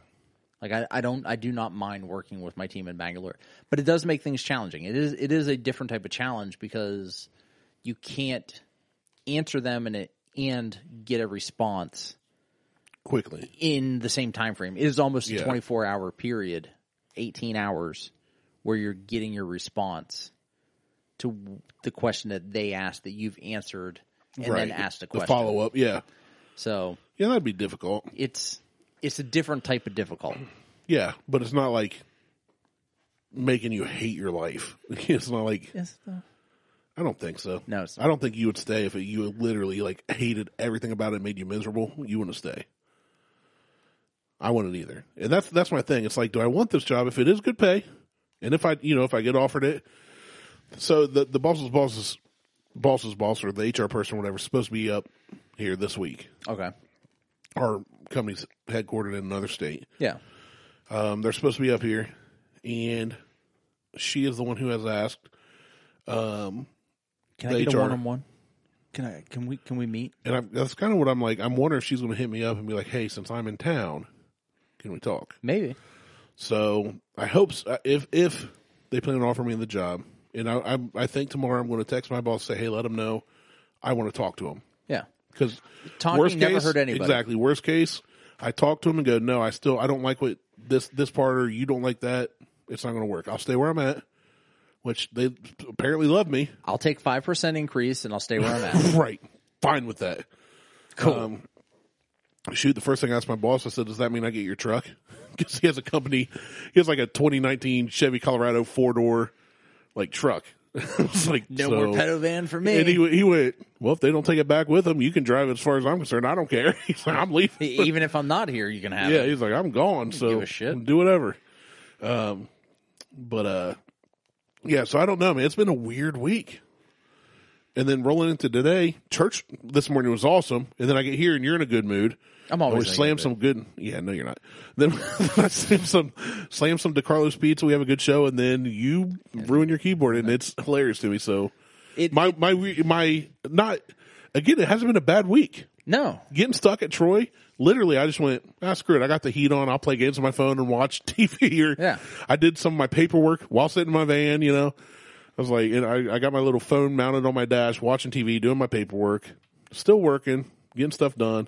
Like I, I don't I do not mind working with my team in Bangalore, but it does make things challenging. It is it is a different type of challenge because you can't answer them and and get a response
quickly.
in the same time frame. It is almost
Yeah.
a 24 hour period, 18 hours where you're getting your response to the question that they asked that you've answered and then asked a
The
question.
follow up. Yeah,
so
yeah, that'd be difficult.
it's it's a different type of difficult.
Yeah, but it's not like making you hate your life. It's not like I don't think so.
No, it's
I don't think you would stay if you literally like hated everything about it, and made you miserable. You wouldn't stay. I wouldn't either, and that's that's my thing. It's like, do I want this job if it is good pay, and if I you know if I get offered it? So the the boss's boss's boss's boss or the HR person or whatever is supposed to be up here this week.
okay.
Our company's headquartered in another state.
Yeah.
Um, they're supposed to be up here, and she is the one who has asked. Um,
Can
the
I get
HR.
a one on one? Can I? Can we? Can we meet?
and I'm, that's kind of what I'm like. I'm wondering if she's going to hit me up and be like, "Hey, since I'm in town, can we talk?"
Maybe.
So I hope s- uh, if if they plan on offering me the job, and I I, I think tomorrow I'm going to text my boss say, "Hey, let them know I want to talk to them."
Yeah.
Because
Talking
worst
never
case,
hurt anybody.
Exactly. Worst case, I talk to him and go, "No, I still I don't like what this this part or you don't like that. It's not going to work. I'll stay where I'm at." Which they apparently love me.
I'll take five percent increase and I'll stay where I'm at.
Right. Fine with that. Um,
cool.
shoot, the first thing I asked my boss, I said, does that mean I get your truck? Because he has a company, he has like a 2019 Chevy Colorado four door, like truck. it's like,
no
so-
more pedo van for me.
And he, went- he went, well, if they don't take it back with them, you can drive it as far as I'm concerned. I don't care. He's like, I'm leaving.
E, Even if I'm not here, you can have
Yeah,
it.
he's like, I'm gone. So
give a shit.
do whatever. Um, but, uh, yeah, so I don't know, man. It's been a weird week. And then rolling into today, church this morning was awesome. And then I get here and you're in a good mood.
I'm
And
always
we slam some good. Yeah, no, you're not. Then I slam some, slam some DeCarlos pizza. We have a good show, and then you ruin your keyboard, and it's hilarious to me. So
It-
my my we- my not again. It hasn't been a bad week.
No.
Getting stuck at Troy. Literally, I just went. Ah, screw it. I got the heat on. I'll play games on my phone and watch TV. Or
Yeah.
I did some of my paperwork while sitting in my van. You know, I was like, and I, I got my little phone mounted on my dash, watching TV, doing my paperwork, still working, getting stuff done.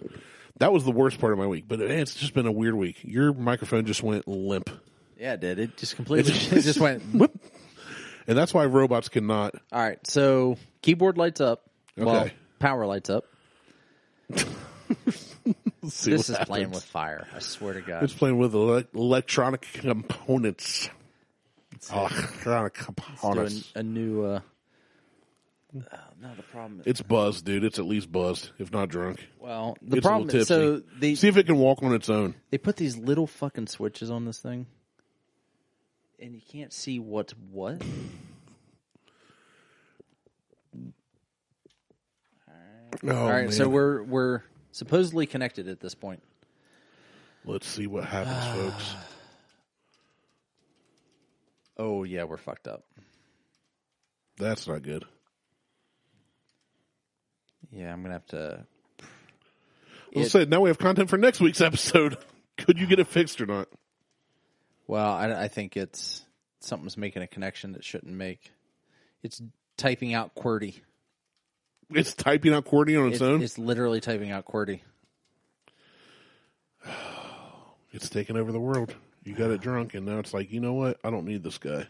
That was the worst part of my week, but eh, it's just been a weird week. Your microphone just went limp,
Yeah, it did. It just completely. It just went.
and that's why robots cannot.
All right. So keyboard lights up. Well,
Okay.
power lights up.
See
This is
what
playing
happens.
with fire. I swear to God.
It's playing with ele- electronic components. Electronic components.
Doing a new. Uh, oh, no, the problem is.
It's buzzed, dude. It's at least buzzed, if not drunk.
Well, the
It's a
problem
little
is. So
tipsy.
they,
See if it can walk on its own.
they put these little fucking switches on this thing, and you can't see what's what.
Oh,
All right, so
man.
we're we're supposedly connected at this point.
let's see what happens, folks.
Oh yeah, we're fucked up.
That's not good.
Yeah, I'm gonna have to.
Let's say now we have content for next week's episode. Could you get it fixed or not?
Well, I, I think it's something's making a connection that shouldn't make. It's typing out QWERTY.
It's typing out QWERTY on its,
It's,
own. It's,
it's literally typing out QWERTY.
taking over the world. You got it drunk, and now it's like, you know what? I don't need this guy.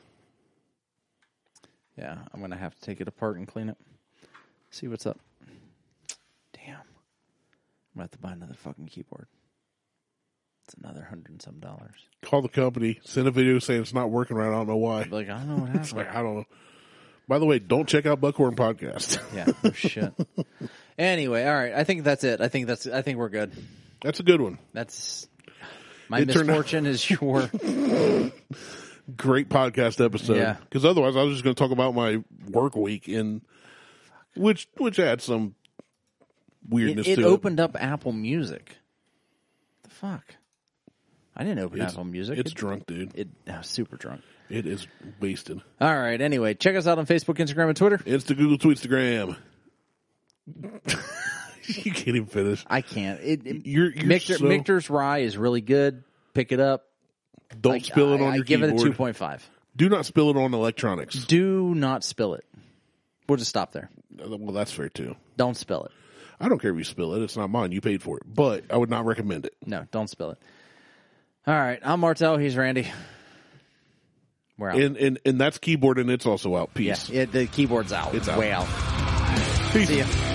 Yeah, I'm gonna have to take it apart and clean it. See what's up. Damn. I'm gonna have to buy another fucking keyboard. It's another hundred and some dollars.
Call the company. Send a video saying it's not working right. I don't know why.
Be Like I don't know what
It's
happened.
like I don't know. By the way, don't check out Buckhorn Podcast.
yeah, no shit. Anyway, all right. I think that's it. I think that's. I think we're good.
That's a good one.
That's my
It turned out-
misfortune is your.
Great podcast episode.
Yeah.
Because otherwise, I was just going to talk about my work week in which which adds some weirdness
It, it
to
opened up Apple Music. The fuck. I didn't open Apple Music.
it. It's
it,
drunk, dude.
it, I was super drunk.
It is wasted.
All right. Anyway, check us out on Facebook, Instagram, and Twitter.
It's the Google Tweetstagram. you can't even finish.
I can't. It, it-
You're, you're
Mictor,
so-
Mictor's rye is really good. Pick it up.
don't
Like,
spill it
I-
on
I
your
give
keyboard.
it a two point five.
Do not spill it on electronics.
Do not spill it. We'll just stop there.
Well, that's fair too.
Don't spill it.
I don't care if you spill it; it's not mine. You paid for it, but I would not recommend it.
No, don't spill it. All right, I'm Martel. He's Randy. We're out.
And and and that's keyboard, and it's also out. Peace.
yeah, it, the keyboard's out.
It's out.
way out.
Peace.
See ya.